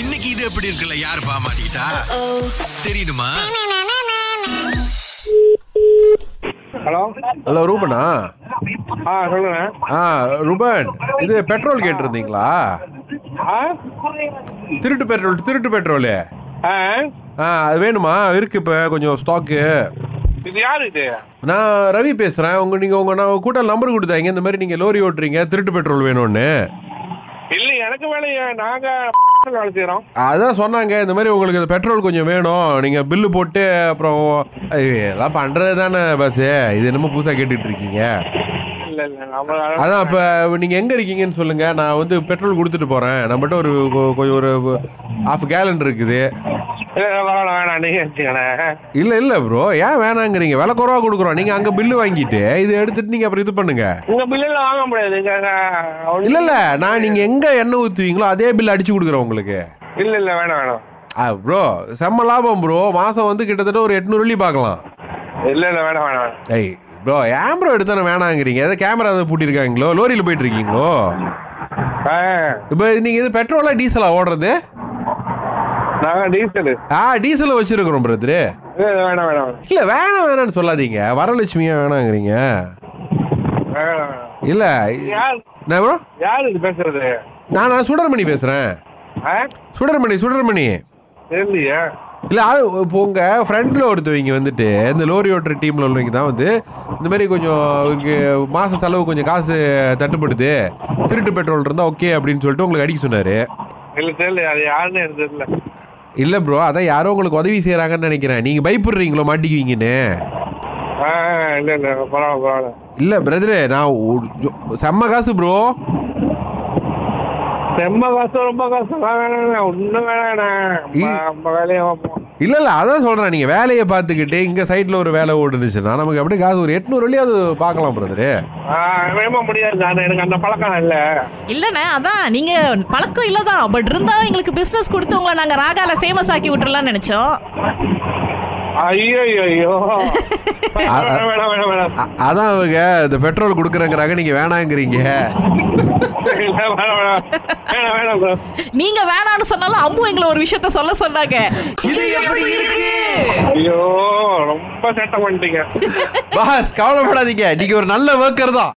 இன்னைக்கு இது எப்படி இருக்குல்ல யார் பாமாட்டா தெரியுமா ஹலோ ஹலோ ரூபனா ஆ சொல்லுங்க ஆ ரூபன் இது பெட்ரோல் கேட்டிருந்தீங்களா ஆ திருட்டு பெட்ரோல் திருட்டு பெட்ரோலு ஆ ஆ அது வேணுமா இருக்கு இப்போ கொஞ்சம் ஸ்டாக்கு இது யாரு இது நான் ரவி பேசுகிறேன் உங்கள் நீங்கள் உங்கள் நான் கூட்ட நம்பர் கொடுத்தாங்க இந்த மாதிரி நீங்கள் லோரி ஓட்டுறீங்க திருட்டு பெட்ரோல் வேணும்னு இல்ல எனக்கு வேலையா நாங்க வேலை செய்யறோம் அதான் சொன்னாங்க இந்த மாதிரி உங்களுக்கு இந்த பெட்ரோல் கொஞ்சம் வேணும் நீங்கள் பில்லு போட்டு அப்புறம் ஐயோ, எல்லாம் பண்ணுறது தானே பஸ்ஸு இது என்னமோ புதுசாக கேட்டுட்டு இருக்கீங்க இல்ல இல்ல நம்ம அதான் இப்போ நீங்கள் எங்கே இருக்கீங்கன்னு சொல்லுங்கள் நான் வந்து பெட்ரோல் கொடுத்துட்டு போகிறேன் நம்மகிட்ட ஒரு கொ- கொஞ்சம் ஒரு ஹாஃப் கேலன் இருக்குது இல்ல, வேணாம் வேணாம் நீங்க வச்சுக்கணேன் இல்ல இல்ல ப்ரோ ஏன் வேணாங்கிறீங்க விலை குறவா கொடுக்குறோம் நீங்க அங்க பில்லு வாங்கிட்டு இது எடுத்துட்டு நீங்க அப்புறம் இது பண்ணுங்க உங்க பில்லுல வாங்க முடியாது இங்க, இங்க, அவனு- இல்ல இல்ல நான் நீங்க எங்க எண்ணெய் ஊத்துவீங்களோ அதே பில் அடிச்சு கொடுக்குறேன் உங்களுக்கு இல்ல இல்ல வேணாம் வேணாம் ப்ரோ செம்ம லாபம் ப்ரோ மாசம் வந்து கிட்டத்தட்ட ஒரு எட்நூறு வெள்ளி பார்க்கலாம் இல்ல இல்ல வேணாம் வேணாம் வேணாம். ஐய் ப்ரோ ஏன் ப்ரோ எடுத்தானே வேணாங்கிறீங்க ஏதாவது கேமரா ஏதாவது பூட்டியிருக்காங்களோ லோரியில் போயிட்டு இருக்கீங்களோ ஆ, இப்போ நீங்க இது பெட்ரோலா டீசலா ஓடுறது நாங்க டீசல் ஆ டீசலை வச்சிருக்கிறோம் பிரதரு இல்ல இல்ல, வேணாம் வேணாம் வேணாம். இல்ல வேணாம் வேணாம்னு சொல்லாதீங்க வரலட்சுமியா வேணாங்கிறீங்க வேணாம் வேணாம் இல்ல யார் என்ன ப்ரோ யார் இது பேசுறது நான் நான் சுடர்மணி பேசுறேன் ஆ சுடர்மணி சுடர்மணி தெரியலையா இல்ல அது இப்போ உங்க ஃப்ரெண்ட்ல ஒருத்தவங்க வந்துட்டு இந்த லோரி ஓட்டுற டீம்ல உள்ளவங்க தான் வந்து இந்த மாதிரி கொஞ்சம் இவருக்கு மாச செலவு கொஞ்சம் காசு தட்டுப்படுது திருட்டு பெட்ரோல் இருந்தா ஓகே அப்படின்னு சொல்லிட்டு உங்களுக்கு அடிக்க சொன்னாரு இல்ல தெரியல அது யாருன்னு எனக்கு தெரியல இல்ல ப்ரோ அதான் யாரோ உங்களுக்கு உதவி செய்யறாங்கன்னு நினைக்கிறேன் நீங்க பயப்படுறீங்களோ மாட்டிக்குவீங்கன்னு ஆ இல்ல இல்ல பரவாயில்ல பரவாயில்ல இல்ல பிரதரு நான் ஒரு- ஜோ- செம்ம காசு ப்ரோ செம்ம கஷ்டம் ரொம்ப கஷ்டம் வேணாண்ணா ஒன்றும் வேணாண்ணா நம்ம வேலையை பார்ப்போம் இல்ல இல்ல அதான் சொல்றேன் நீங்க வேலையை பார்த்துக்கிட்டு இங்க சைட்ல ஒரு வேலை ஓடுனுச்சுன்னா நமக்கு அப்படியே காசு ஒரு எட்நூறு வழியாவது பார்க்கலாம் பிரதரு ஆ வேணுமா முடியாது அண்ணா எனக்கு அந்த பழக்கம் இல்ல இல்லண்ணே அதான் நீங்க பழக்கம் இல்லதான் பட் இருந்தா எங்களுக்கு பிசினஸ் கொடுத்து உங்களை நாங்க ராகால ஃபேமஸ் ஆக்கி விட்டுறலாம்னு நினைச்சோம் ஐயோ ஐயோ ஐயோ வேணாம் வேணாம் வேணாம் வேணாம் அ- அதான் அவங்க இந்த பெட்ரோல் கொடுக்குறேங்கிறாங்க நீங்க வேணாங்கிறீங்க இல்ல, வேணாம் வேணாம் வேணாம் வேணாம் bro. நீங்க வேணாம்னு சொன்னாலும் அம்மு எங்களை ஒரு விஷயத்த சொல்ல சொன்னாங்க இது எப்படி இருக்கு ஐயோ ரொம்ப சேட்டை பண்ணிட்டீங்க பாஸ் கவலைப்படாதீங்க நீங்க ஒரு நல்ல ஒர்க்கர் தான்